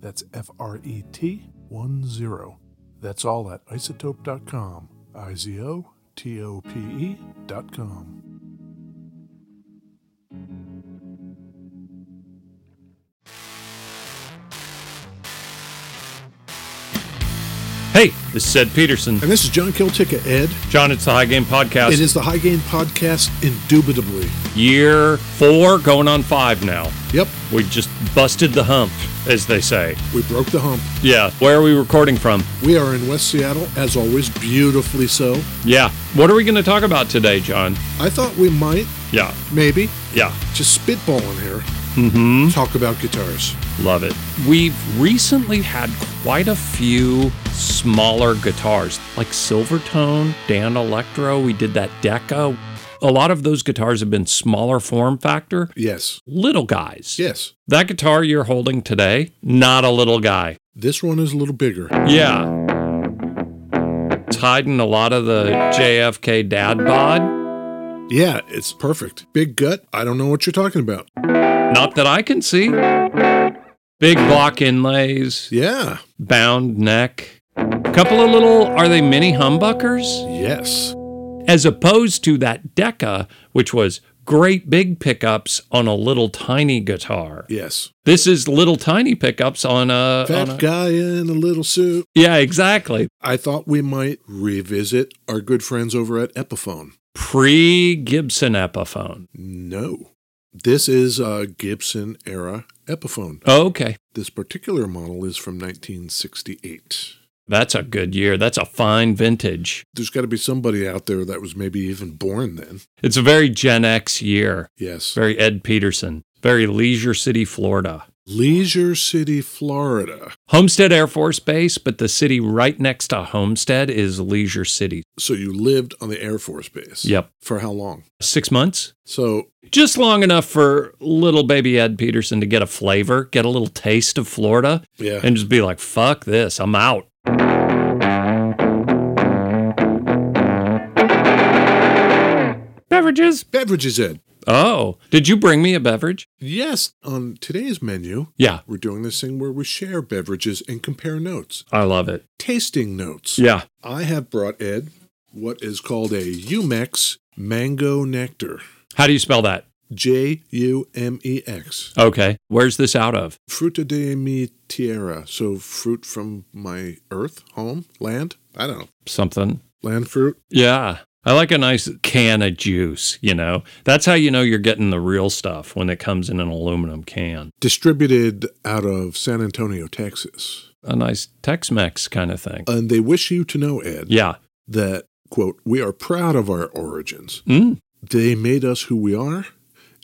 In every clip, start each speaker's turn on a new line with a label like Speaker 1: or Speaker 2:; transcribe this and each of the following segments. Speaker 1: That's F R E T 1 0. That's all at isotope.com. I Z O T O P E E.com.
Speaker 2: Hey, this is Ed Peterson.
Speaker 1: And this is John Kiltica, Ed.
Speaker 2: John, it's the High Game Podcast.
Speaker 1: It is the High Gain Podcast, indubitably.
Speaker 2: Year four, going on five now.
Speaker 1: Yep,
Speaker 2: We just busted the hump, as they say.
Speaker 1: we broke the hump.
Speaker 2: Yeah. Where are we recording from?
Speaker 1: We are in West Seattle, as always, beautifully so.
Speaker 2: Yeah. What are we going to talk about today, John?
Speaker 1: I thought we might,
Speaker 2: Yeah.
Speaker 1: maybe,
Speaker 2: Yeah.
Speaker 1: just spitballing here,
Speaker 2: Mm
Speaker 1: talk about guitars.
Speaker 2: hmm. Love it. We've recently had quite a few smaller guitars, like Silvertone, Dan Electro. We did that Decca. A lot of those guitars have been smaller form factor,
Speaker 1: Yes,
Speaker 2: little guys.
Speaker 1: yes.
Speaker 2: That guitar you're holding today, not a little guy.
Speaker 1: This one is a little bigger.
Speaker 2: Yeah. It's hiding a lot of the JFK dad bod.
Speaker 1: Yeah, it's perfect. Big gut. I don't know what you're talking about.
Speaker 2: Not that I can see. Big block inlays,
Speaker 1: Yeah.
Speaker 2: bound neck. Couple of little, are they mini humbuckers?
Speaker 1: Yes.
Speaker 2: As opposed to that Decca, which was great big pickups on a little tiny guitar.
Speaker 1: Yes.
Speaker 2: This is little tiny pickups on a. on
Speaker 1: Fat
Speaker 2: a-
Speaker 1: guy in a little suit.
Speaker 2: yeah, exactly.
Speaker 1: I thought we might revisit our good friends over at Epiphone.
Speaker 2: Pre Gibson Epiphone.
Speaker 1: No. This is a Gibson era Epiphone.
Speaker 2: Okay.
Speaker 1: This particular model is from 1968.
Speaker 2: That's a good year. That's a fine vintage.
Speaker 1: There's got to be somebody out there that was maybe even born then.
Speaker 2: It's a very Gen X year,
Speaker 1: Yes.
Speaker 2: very Ed Peterson, very Leisure City, Florida.
Speaker 1: Leisure City, Florida.
Speaker 2: Homestead Air Force Base, but the city right next to Homestead is Leisure City.
Speaker 1: So you lived on the Air Force Base.
Speaker 2: Yep.
Speaker 1: For how long?
Speaker 2: Six months.
Speaker 1: So,
Speaker 2: Just long enough for little baby Ed Peterson to get a flavor, get a little taste of Florida,
Speaker 1: yeah.
Speaker 2: and just be like, fuck this, I'm out. Beverages.
Speaker 1: Beverages Ed.
Speaker 2: Oh, did you bring me a beverage?
Speaker 1: Yes, on today's menu,
Speaker 2: Yeah,
Speaker 1: we're doing this thing where we share beverages and compare notes,
Speaker 2: I love it.
Speaker 1: tasting notes.
Speaker 2: Yeah.
Speaker 1: I have brought Ed what is called a Umex Mango Nectar.
Speaker 2: How do you spell that?
Speaker 1: J U M E X.
Speaker 2: Okay. Where's this out of?
Speaker 1: Fruta de mi tierra. So, fruit from my earth, home, land. I don't know.
Speaker 2: Something.
Speaker 1: Land fruit.
Speaker 2: Yeah. I like a nice can of juice, you know? That's how you know you're getting the real stuff when it comes in an aluminum can.
Speaker 1: Distributed out of San Antonio, Texas.
Speaker 2: A nice Tex Mex kind of thing.
Speaker 1: And they wish you to know, Ed,
Speaker 2: Yeah.
Speaker 1: that, quote, we are proud of our origins.
Speaker 2: Mm.
Speaker 1: They made us who we are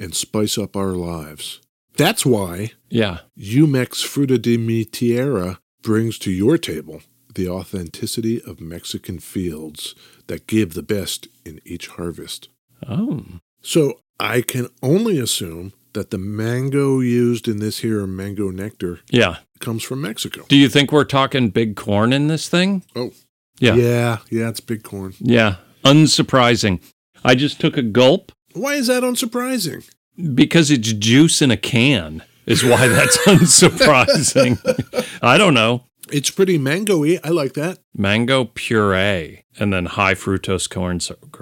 Speaker 1: and spice up our lives. That's why
Speaker 2: Yeah.
Speaker 1: Umex Fruta de Mi Tierra brings to your table the authenticity of Mexican fields that give the best in each harvest.
Speaker 2: Oh.
Speaker 1: So I can only assume that the mango used in this here mango nectar
Speaker 2: Yeah.
Speaker 1: comes from Mexico.
Speaker 2: Do you think we're talking big corn in this thing?
Speaker 1: Oh.
Speaker 2: Yeah. Yeah.
Speaker 1: Yeah, yeah, it's big corn.
Speaker 2: Unsurprising. I just took a gulp
Speaker 1: Why is that unsurprising?
Speaker 2: because it's juice in a can, is why that's unsurprising. I don't know.
Speaker 1: It's pretty mango-y. I like that.
Speaker 2: Mango puree and then high fructose corn syrup,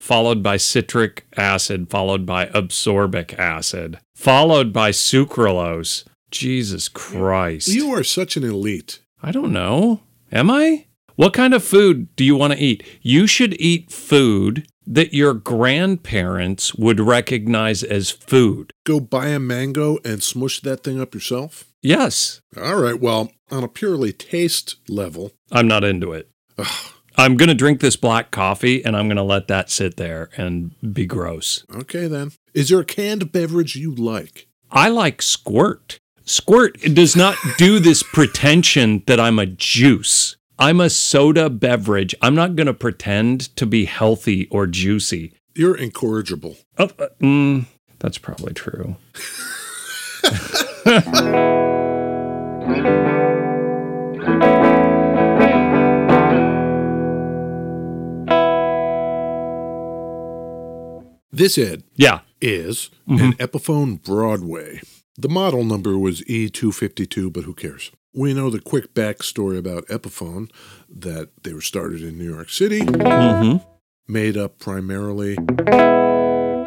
Speaker 2: followed by citric acid, followed by absorbic acid, followed by sucralose. Jesus Christ.
Speaker 1: You are such an elite.
Speaker 2: I don't know. Am I? What kind of food do you want to eat? You should eat food that your grandparents would recognize as food.
Speaker 1: Go buy a mango and smush that thing up yourself.
Speaker 2: Yes,
Speaker 1: All right. Well, on a purely taste level,
Speaker 2: I'm not into it.
Speaker 1: ugh,
Speaker 2: I'm going to drink this black coffee and I'm going to let that sit there and be gross.
Speaker 1: okay then. Is there a canned beverage you like?
Speaker 2: I like Squirt. Squirt does not do this pretension that I'm a juice. I'm a soda beverage. I'm not going to pretend to be healthy or juicy.
Speaker 1: You're incorrigible.
Speaker 2: Oh, uh, mm, that's probably true.
Speaker 1: This Ed
Speaker 2: Yeah.
Speaker 1: is an Epiphone Broadway. The model number was E E252, but who cares? We know the quick backstory about Epiphone that they were started in New York City,
Speaker 2: Mm-hmm.
Speaker 1: made up primarily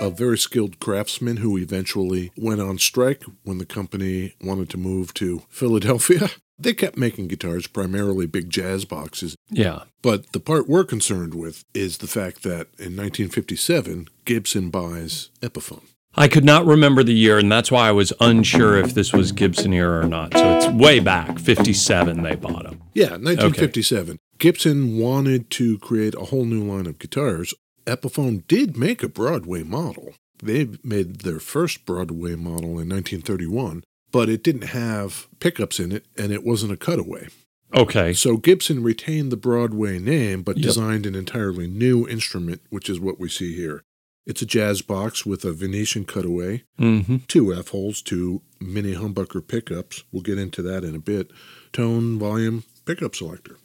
Speaker 1: of very skilled craftsmen who eventually went on strike when the company wanted to move to Philadelphia. They kept making guitars, primarily big jazz boxes.
Speaker 2: Yeah.
Speaker 1: But the part we're concerned with is the fact that in 1957, Gibson buys Epiphone.
Speaker 2: I could not remember the year, and that's why I was unsure if this was Gibson era or not. So it's way back, 57, they bought them.
Speaker 1: Yeah, 1957. Gibson wanted to create a whole new line of guitars. Epiphone did make a Broadway model. They made their first Broadway model in 1931, but it didn't have pickups in it and it wasn't a cutaway.
Speaker 2: Okay.
Speaker 1: So Gibson retained the Broadway name but
Speaker 2: Yep.
Speaker 1: designed an entirely new instrument, which is what we see here. It's a jazz box with a Venetian cutaway
Speaker 2: Mm-hmm.
Speaker 1: two F holes, two mini humbucker pickups. We'll get into that in a bit. Tone, volume, pickup selector.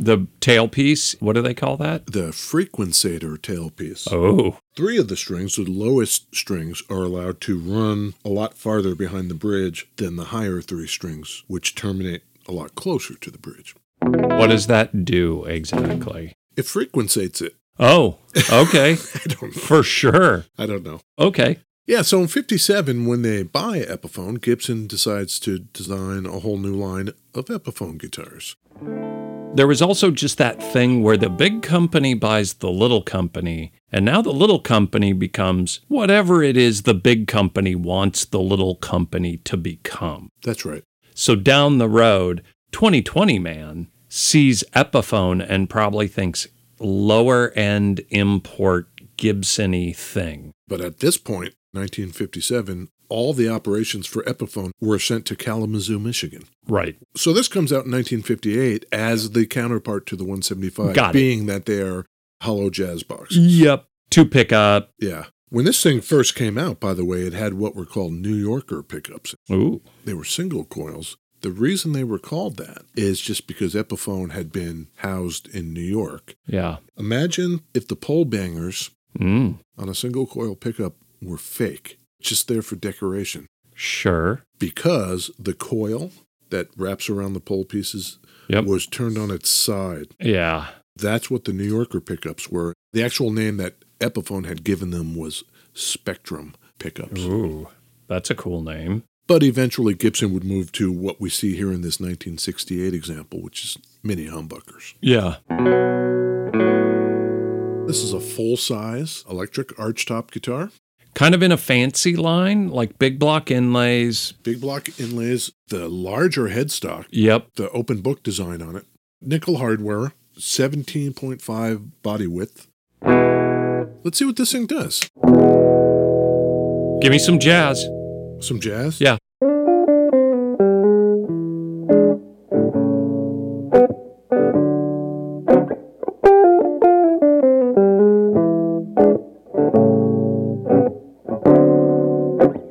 Speaker 2: The tailpiece, what do they call that?
Speaker 1: The frequencator tailpiece.
Speaker 2: Oh,
Speaker 1: Three of the strings, the lowest strings, are allowed to run a lot farther behind the bridge than the higher three strings, which terminate a lot closer to the bridge.
Speaker 2: what does that do exactly?
Speaker 1: It frequencates it.
Speaker 2: Oh, okay.
Speaker 1: I don't know.
Speaker 2: For sure.
Speaker 1: I don't know.
Speaker 2: Okay.
Speaker 1: Yeah, so in 57, when they buy Epiphone, Gibson decides to design a whole new line of Epiphone guitars.
Speaker 2: There was also just that thing where the big company buys the little company, and now the little company becomes whatever it is the big company wants the little company to become.
Speaker 1: That's right.
Speaker 2: So down the road, 2020 man sees Epiphone and probably thinks lower end import Gibson y thing.
Speaker 1: But at this point, 1957, all the operations for Epiphone were sent to Kalamazoo, Michigan.
Speaker 2: Right.
Speaker 1: So this comes out in 1958 as the counterpart to the 175,
Speaker 2: Got it. Mm.
Speaker 1: being that they are hollow jazz box.
Speaker 2: Yep. Two pickup.
Speaker 1: Yeah. When this thing first came out, by the way, it had what were called New Yorker pickups.
Speaker 2: Ooh.
Speaker 1: They were single coils. The reason they were called that is just because Epiphone had been housed in New York.
Speaker 2: Yeah.
Speaker 1: Imagine if the pole bangers
Speaker 2: Mm.
Speaker 1: on a single coil pickup were fake, just there for decoration.
Speaker 2: Sure.
Speaker 1: because the coil that wraps around the pole pieces
Speaker 2: Yep.
Speaker 1: was turned on its side.
Speaker 2: Yeah.
Speaker 1: That's what the New Yorker pickups were. The actual name that Epiphone had given them was Spectrum pickups.
Speaker 2: Ooh. That's a cool name.
Speaker 1: But eventually Gibson would move to what we see here in this 1968 example, which is mini humbuckers.
Speaker 2: Yeah.
Speaker 1: This is a full-size electric archtop guitar.
Speaker 2: Kind of in a fancy line, like big block inlays.
Speaker 1: Big block inlays, the larger headstock,
Speaker 2: Yep.
Speaker 1: the open book design on it. Nickel hardware, 17.5 body width. Let's see what this thing does.
Speaker 2: Give me some jazz.
Speaker 1: Some jazz?
Speaker 2: Yeah.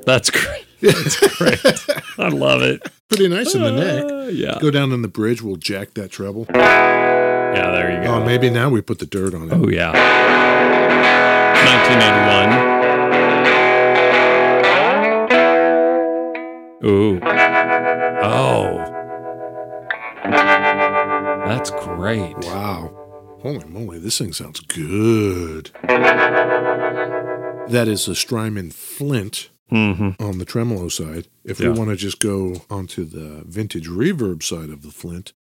Speaker 2: That's great. That's great. I love it.
Speaker 1: Pretty nice in the neck.
Speaker 2: Uh, yeah.
Speaker 1: Go down on the bridge, we'll jack that treble.
Speaker 2: Yeah, there you go.
Speaker 1: Oh, maybe now we put the dirt on it.
Speaker 2: Oh, yeah. 1981. Ooh. Oh. That's great.
Speaker 1: Wow. Holy moly, this thing sounds good. That is a Strymon Flint
Speaker 2: hmm
Speaker 1: on the tremolo side. If
Speaker 2: Yeah.
Speaker 1: we want to just go onto the vintage reverb side of the Flint,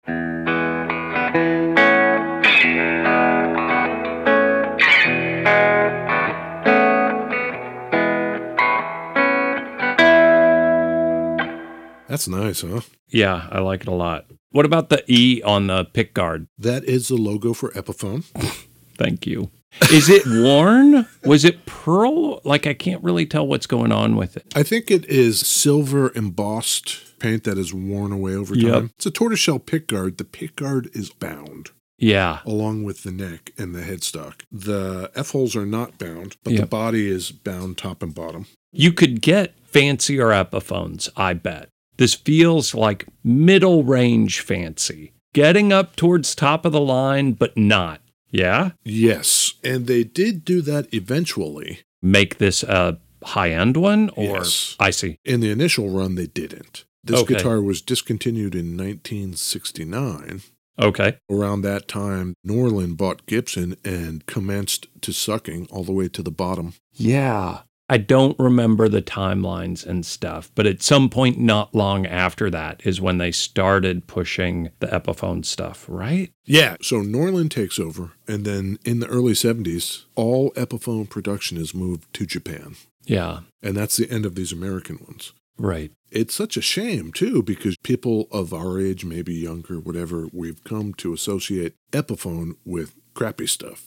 Speaker 1: that's nice, huh?
Speaker 2: Yeah, I like it a lot. What about the E on the pick guard?
Speaker 1: That is the logo for Epiphone.
Speaker 2: Thank you. Is it worn? Was it pearl? Like, I can't really tell what's going on with it.
Speaker 1: I think it is silver embossed paint that is worn away over time.
Speaker 2: Yep.
Speaker 1: It's a tortoiseshell pick guard. The pick guard is bound
Speaker 2: Yeah.
Speaker 1: along with the neck and the headstock. The F holes are not bound, but the
Speaker 2: Yep.
Speaker 1: body is bound top and bottom.
Speaker 2: You could get fancier Epiphones, I bet. This feels like middle range fancy, getting up towards top of the line, but not. Yeah?
Speaker 1: Yes. And they did do that eventually.
Speaker 2: Make this a high end one? Or
Speaker 1: Yes.
Speaker 2: I see.
Speaker 1: In the initial run, they didn't. This
Speaker 2: Okay.
Speaker 1: guitar was discontinued in 1969.
Speaker 2: Okay.
Speaker 1: Around that time, Norlin bought Gibson and commenced to sucking all the way to the bottom.
Speaker 2: Yeah. I don't remember the timelines and stuff, but at some point not long after that is when they started pushing the Epiphone stuff, right?
Speaker 1: Yeah. So Norlin takes over, and then in the early 70s, all Epiphone production is moved to Japan.
Speaker 2: Yeah.
Speaker 1: And that's the end of these American ones.
Speaker 2: Right.
Speaker 1: It's such a shame, too, because people of our age, maybe younger, whatever, we've come to associate Epiphone with crappy stuff.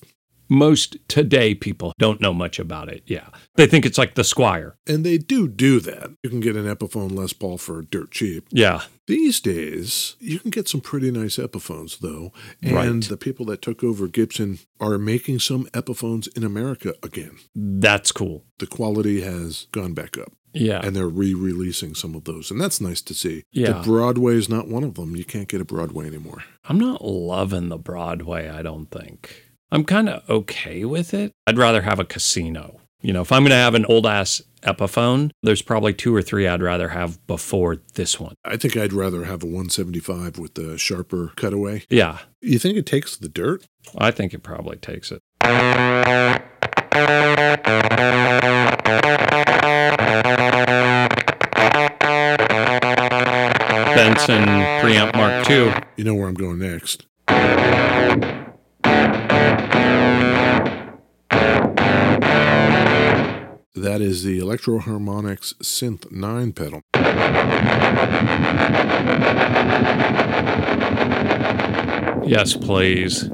Speaker 2: Most today people don't know much about it. Yeah. They think it's like the Squire.
Speaker 1: And they do do that. You can get an Epiphone Les Paul for dirt cheap.
Speaker 2: Yeah.
Speaker 1: These days, you can get some pretty nice Epiphones, though. And
Speaker 2: Right.
Speaker 1: the people that took over Gibson are making some Epiphones in America again.
Speaker 2: That's cool.
Speaker 1: The quality has gone back up.
Speaker 2: Yeah.
Speaker 1: and they're re-releasing some of those and that's nice to see
Speaker 2: Yeah.
Speaker 1: the broadway is not one of them you can't get a broadway anymore
Speaker 2: I'm not loving the Broadway, I don't think. I'm kind of okay with it. I'd rather have a casino. You know, if I'm going to have an old ass Epiphone, there's probably two or three I'd rather have before this one.
Speaker 1: i think i'd rather have a 175 with the sharper cutaway
Speaker 2: Yeah.
Speaker 1: you think it takes the dirt
Speaker 2: I think it probably takes it. Benson preamp Mark II.
Speaker 1: you know where i'm going next that is the electro harmonics synth 9 pedal
Speaker 2: Yes, please.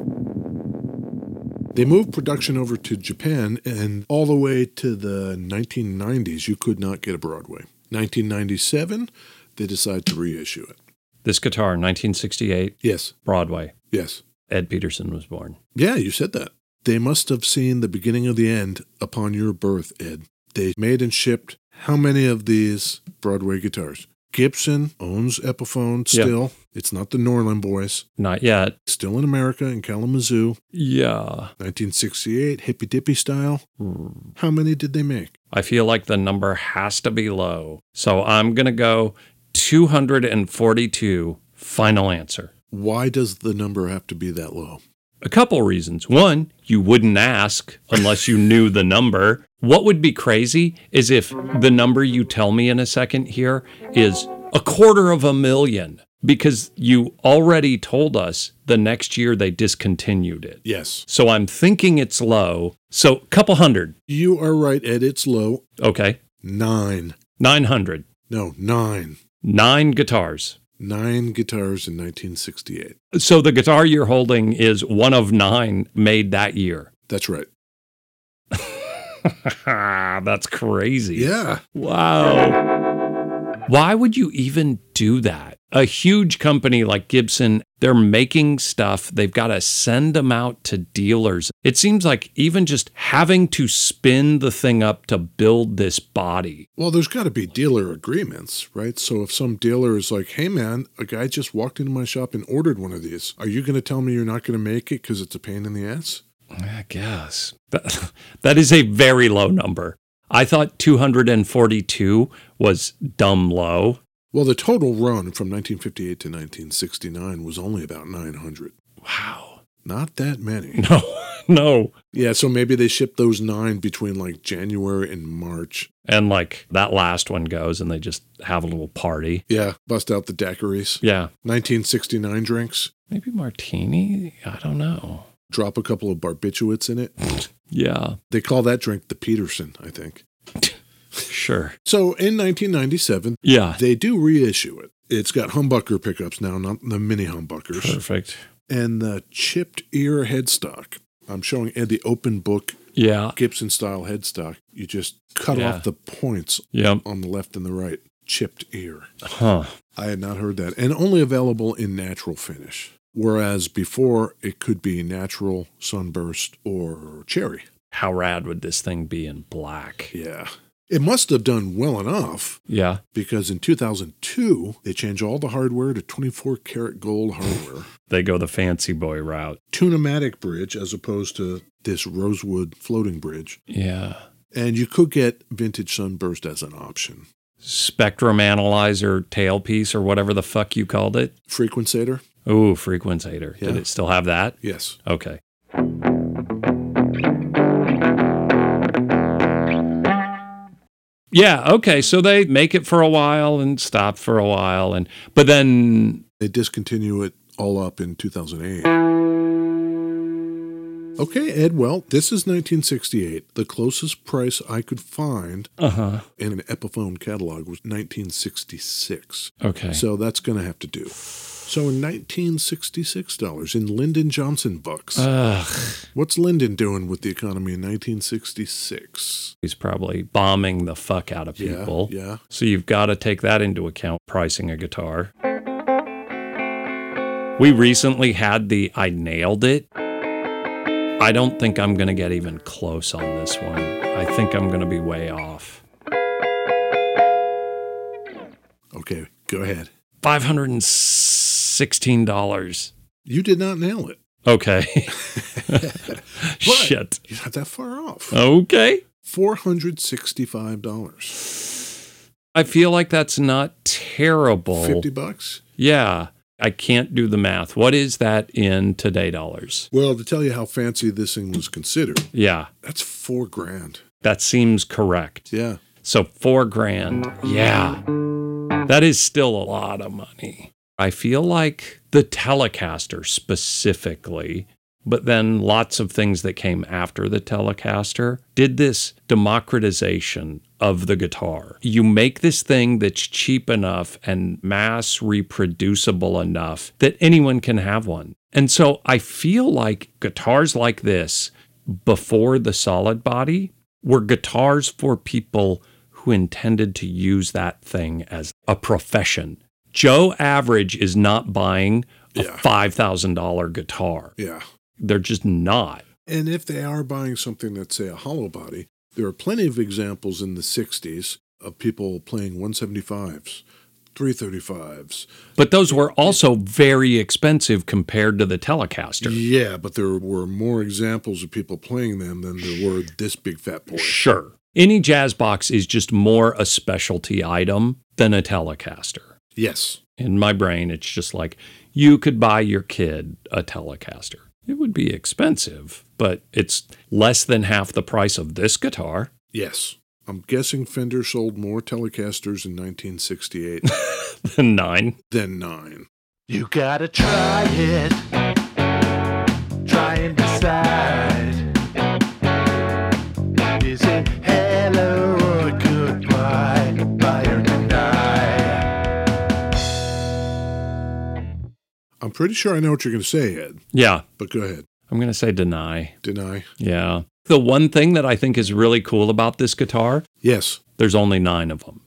Speaker 1: They moved production over to Japan, and all the way to the 1990s, you could not get a Broadway. 1997, they decide to reissue it.
Speaker 2: This guitar, 1968,
Speaker 1: Yes,
Speaker 2: Broadway.
Speaker 1: yes.
Speaker 2: Ed Peterson was born.
Speaker 1: Yeah, you said that. They must have seen the beginning of the end upon your birth, Ed. They made and shipped how many of these Broadway guitars? Gibson owns Epiphone
Speaker 2: Yeah.
Speaker 1: still. It's not the Norlin Boys.
Speaker 2: Not yet.
Speaker 1: Still in America, in Kalamazoo,
Speaker 2: Yeah.
Speaker 1: 1968, hippy dippy style. How many did they make?
Speaker 2: I feel like the number has to be low. So I'm going to go 242. Final answer.
Speaker 1: why does the number have to be that low?
Speaker 2: A couple reasons. One, you wouldn't ask unless you knew the number. What would be crazy is if the number you tell me in a second here is a quarter of a million because you already told us the next year they discontinued it.
Speaker 1: Yes.
Speaker 2: So I'm thinking it's low. So couple hundred.
Speaker 1: You are right, Ed. It's low.
Speaker 2: Okay.
Speaker 1: Nine.
Speaker 2: 900.
Speaker 1: No, nine.
Speaker 2: Nine guitars.
Speaker 1: Nine guitars in 1968.
Speaker 2: So the guitar you're holding is one of nine made that year.
Speaker 1: That's right.
Speaker 2: That's crazy.
Speaker 1: Yeah.
Speaker 2: Wow. Why would you even do that? a huge company like Gibson, they're making stuff. They've got to send them out to dealers. It seems like even just having to spin the thing up to build this body.
Speaker 1: Well, there's got to be dealer agreements, right? So if some dealer is like, hey, man, a guy just walked into my shop and ordered one of these, are you going to tell me you're not going to make it because it's a pain in the ass?
Speaker 2: I guess. That, that is a very low number. I thought 242 was dumb low.
Speaker 1: Well, the total run from 1958 to 1969 was only about 900.
Speaker 2: Wow.
Speaker 1: Not that many.
Speaker 2: No, no.
Speaker 1: Yeah, so maybe they shipped those nine between like January and March.
Speaker 2: And like that last one goes and they just have a little party.
Speaker 1: Yeah, bust out the daiquiris.
Speaker 2: Yeah.
Speaker 1: 1969 drinks.
Speaker 2: Maybe martini? I don't know.
Speaker 1: Drop a couple of barbiturates in it.
Speaker 2: Yeah,
Speaker 1: they call that drink the Peterson, I think.
Speaker 2: sure.
Speaker 1: So in 1997,
Speaker 2: Yeah.
Speaker 1: they do reissue it. It's got humbucker pickups now, not the mini humbuckers.
Speaker 2: Perfect.
Speaker 1: and the chipped ear headstock. I'm showing Ed the open book
Speaker 2: Yeah.
Speaker 1: Gibson style headstock. You just cut
Speaker 2: Yeah.
Speaker 1: off the points
Speaker 2: Yep.
Speaker 1: on the left and the right. Chipped ear.
Speaker 2: Huh.
Speaker 1: I had not heard that. And only available in natural finish. Whereas before it could be natural, sunburst, or cherry.
Speaker 2: How rad would this thing be in black?
Speaker 1: Yeah. It must have done well enough
Speaker 2: Yeah.
Speaker 1: because in 2002, they changed all the hardware to 24 karat gold hardware.
Speaker 2: They go the fancy boy route.
Speaker 1: Tunematic bridge as opposed to this rosewood floating bridge.
Speaker 2: Yeah.
Speaker 1: And you could get vintage sunburst as an option.
Speaker 2: Spectrum analyzer tailpiece or whatever the fuck you called it.
Speaker 1: Frequencator?
Speaker 2: Ooh, frequencator. Did
Speaker 1: Yeah.
Speaker 2: it still have that?
Speaker 1: Yes.
Speaker 2: Okay. Yeah, okay. So they make it for a while and stop for a while and but then
Speaker 1: They discontinue it all up in 2008. Okay, Ed, well, this is 1968. The closest price I could find
Speaker 2: uh-huh.
Speaker 1: in an Epiphone catalog was 1966.
Speaker 2: Okay.
Speaker 1: So that's going to have to do. So in 1966 dollars in Lyndon Johnson bucks.
Speaker 2: Uh. Ugh.
Speaker 1: What's Lyndon doing with the economy in 1966?
Speaker 2: He's probably bombing the fuck out of
Speaker 1: Yeah,
Speaker 2: people.
Speaker 1: yeah.
Speaker 2: So you've got to take that into account pricing a guitar. We recently had the I nailed it. I don't think I'm going to get even close on this one. I think I'm going to be way off.
Speaker 1: Okay, go ahead.
Speaker 2: $516.
Speaker 1: You did not nail it.
Speaker 2: Okay. Shit.
Speaker 1: You're not that far off.
Speaker 2: Uh. Okay.
Speaker 1: $465.
Speaker 2: I feel like that's not terrible.
Speaker 1: 50 bucks?
Speaker 2: Yeah. I can't do the math. What is that in today dollars?
Speaker 1: Well, to tell you how fancy this thing was considered,
Speaker 2: Yeah.
Speaker 1: that's four grand.
Speaker 2: That seems correct.
Speaker 1: Yeah.
Speaker 2: So four grand. Yeah. That is still a lot of money. I feel like the Telecaster specifically, but then lots of things that came after the Telecaster did this democratization of the guitar. You make this thing that's cheap enough and mass reproducible enough that anyone can have one. And so I feel like guitars like this before the solid body were guitars for people who intended to use that thing as a profession. Joe Average is not buying a
Speaker 1: Yeah.
Speaker 2: $5,000 guitar.
Speaker 1: Yeah.
Speaker 2: They're just not.
Speaker 1: And if they are buying something that's, say, a hollow body, there are plenty of examples in the 60s of people playing 175s, 335s.
Speaker 2: But those were also very expensive compared to the Telecaster.
Speaker 1: Yeah, but there were more examples of people playing them than there were this big fat boy.
Speaker 2: Sure. Any jazz box is just more a specialty item than a Telecaster.
Speaker 1: Yes.
Speaker 2: In my brain, it's just like you could buy your kid a Telecaster. It would be expensive, but it's less than half the price of this guitar.
Speaker 1: Yes. I'm guessing Fender sold more Telecasters in 1968
Speaker 2: Nine.
Speaker 1: than nine.
Speaker 3: You gotta try it. Try and decide. Is it hello or goodbye? Buy or deny?
Speaker 1: I'm pretty sure I know what you're going to say, Ed,
Speaker 2: Yeah,
Speaker 1: but go ahead.
Speaker 2: I'm going to say deny.
Speaker 1: Deny.
Speaker 2: Yeah. The one thing that I think is really cool about this guitar,
Speaker 1: Yes.
Speaker 2: there's only nine of them.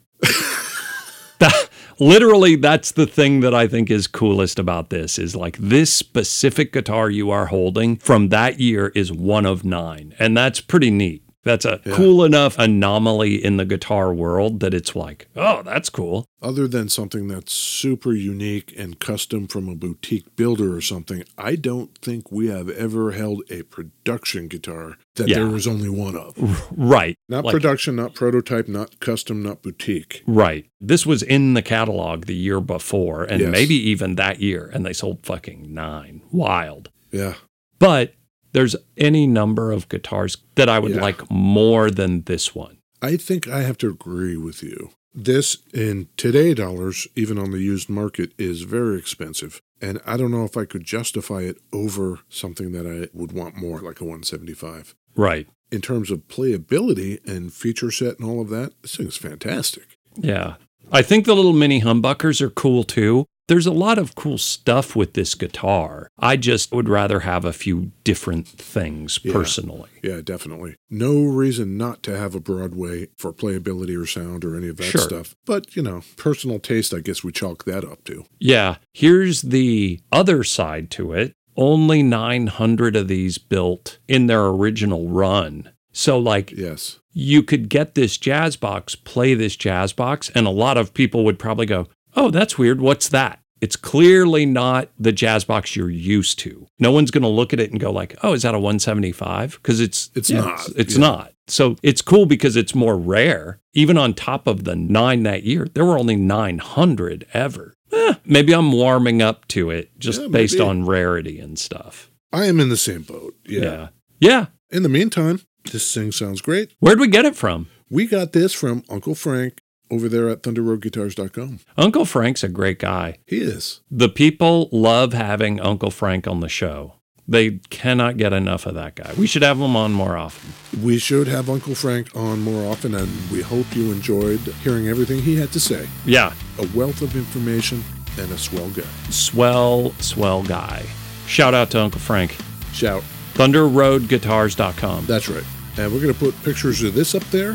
Speaker 2: literally that's the thing that I think is coolest about this is like this specific guitar you are holding from that year is one of 9 and that's pretty neat. That's a cool enough anomaly in the guitar world that it's like, oh, that's cool.
Speaker 1: Other than something that's super unique and custom from a boutique builder or something, I don't think we have ever held a production guitar that
Speaker 2: Yeah.
Speaker 1: there was only one of.
Speaker 2: Right.
Speaker 1: Not
Speaker 2: Like-
Speaker 1: production, not prototype, not custom, not boutique.
Speaker 2: Right. This was in the catalog the year before and
Speaker 1: Yes.
Speaker 2: maybe even that year. And they sold fucking nine. Wild.
Speaker 1: Yeah.
Speaker 2: But there's any number of guitars that I would
Speaker 1: Yeah.
Speaker 2: like more than this one.
Speaker 1: I think I have to agree with you. This in today dollars, even on the used market, is very expensive. And I don't know if I could justify it over something that I would want more, like a 175.
Speaker 2: Right.
Speaker 1: In terms of playability and feature set and all of that, this thing's fantastic.
Speaker 2: Yeah. I think the little mini humbuckers are cool too. There's a lot of cool stuff with this guitar. I just would rather have a few different things
Speaker 1: Yeah.
Speaker 2: personally.
Speaker 1: Yeah, definitely. No reason not to have a Broadway for playability or sound or any of that
Speaker 2: Sure.
Speaker 1: stuff. But, you know, personal taste, I guess we chalk that up to.
Speaker 2: Yeah, here's the other side to it. Only 900 of these built in their original run. So, like,
Speaker 1: Yes.
Speaker 2: you could get this jazz box, play this jazz box, and a lot of people would probably go, Oh, that's weird. What's that? It's clearly not the jazz box you're used to. No one's going to look at it and go like, "Oh, is that a 175?" Because it's
Speaker 1: It's not.
Speaker 2: It's, it's
Speaker 1: Yeah.
Speaker 2: not. So it's cool because it's more rare. Even on top of the nine that year, there were only 900 ever. Eh, maybe I'm warming up to it just
Speaker 1: Yeah,
Speaker 2: based
Speaker 1: maybe.
Speaker 2: on rarity and stuff.
Speaker 1: I am in the same boat. yeah.
Speaker 2: yeah. Yeah.
Speaker 1: In the meantime, this thing sounds great.
Speaker 2: Where'd we get it from?
Speaker 1: We got this from Uncle Frank over there at thunderroadguitars.com.
Speaker 2: Uncle Frank's a great guy.
Speaker 1: He is.
Speaker 2: The people love having Uncle Frank on the show. They cannot get enough of that guy. We should have him on more often.
Speaker 1: We should have Uncle Frank on more often, and we hope you enjoyed hearing everything he had to say.
Speaker 2: Yeah,
Speaker 1: A wealth of information and a swell guy.
Speaker 2: swell, swell guy. Shout out to Uncle Frank.
Speaker 1: Shout.
Speaker 2: ThunderRoadGuitars.com.
Speaker 1: That's right. And we're going to put pictures of this up there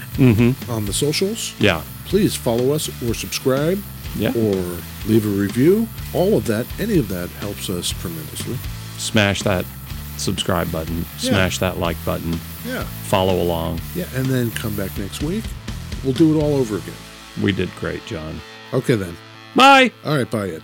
Speaker 1: on the socials.
Speaker 2: Mm-hmm. Yeah,
Speaker 1: Please follow us or subscribe
Speaker 2: Yeah.
Speaker 1: or leave a review. All of that, any of that helps us tremendously.
Speaker 2: smash that subscribe button,
Speaker 1: Yeah.
Speaker 2: smash that like button,
Speaker 1: Yeah.
Speaker 2: follow along.
Speaker 1: Yeah. And then come back next week. We'll do it all over again.
Speaker 2: We did great, John.
Speaker 1: Okay, then.
Speaker 2: Bye.
Speaker 1: All right, bye, Ed.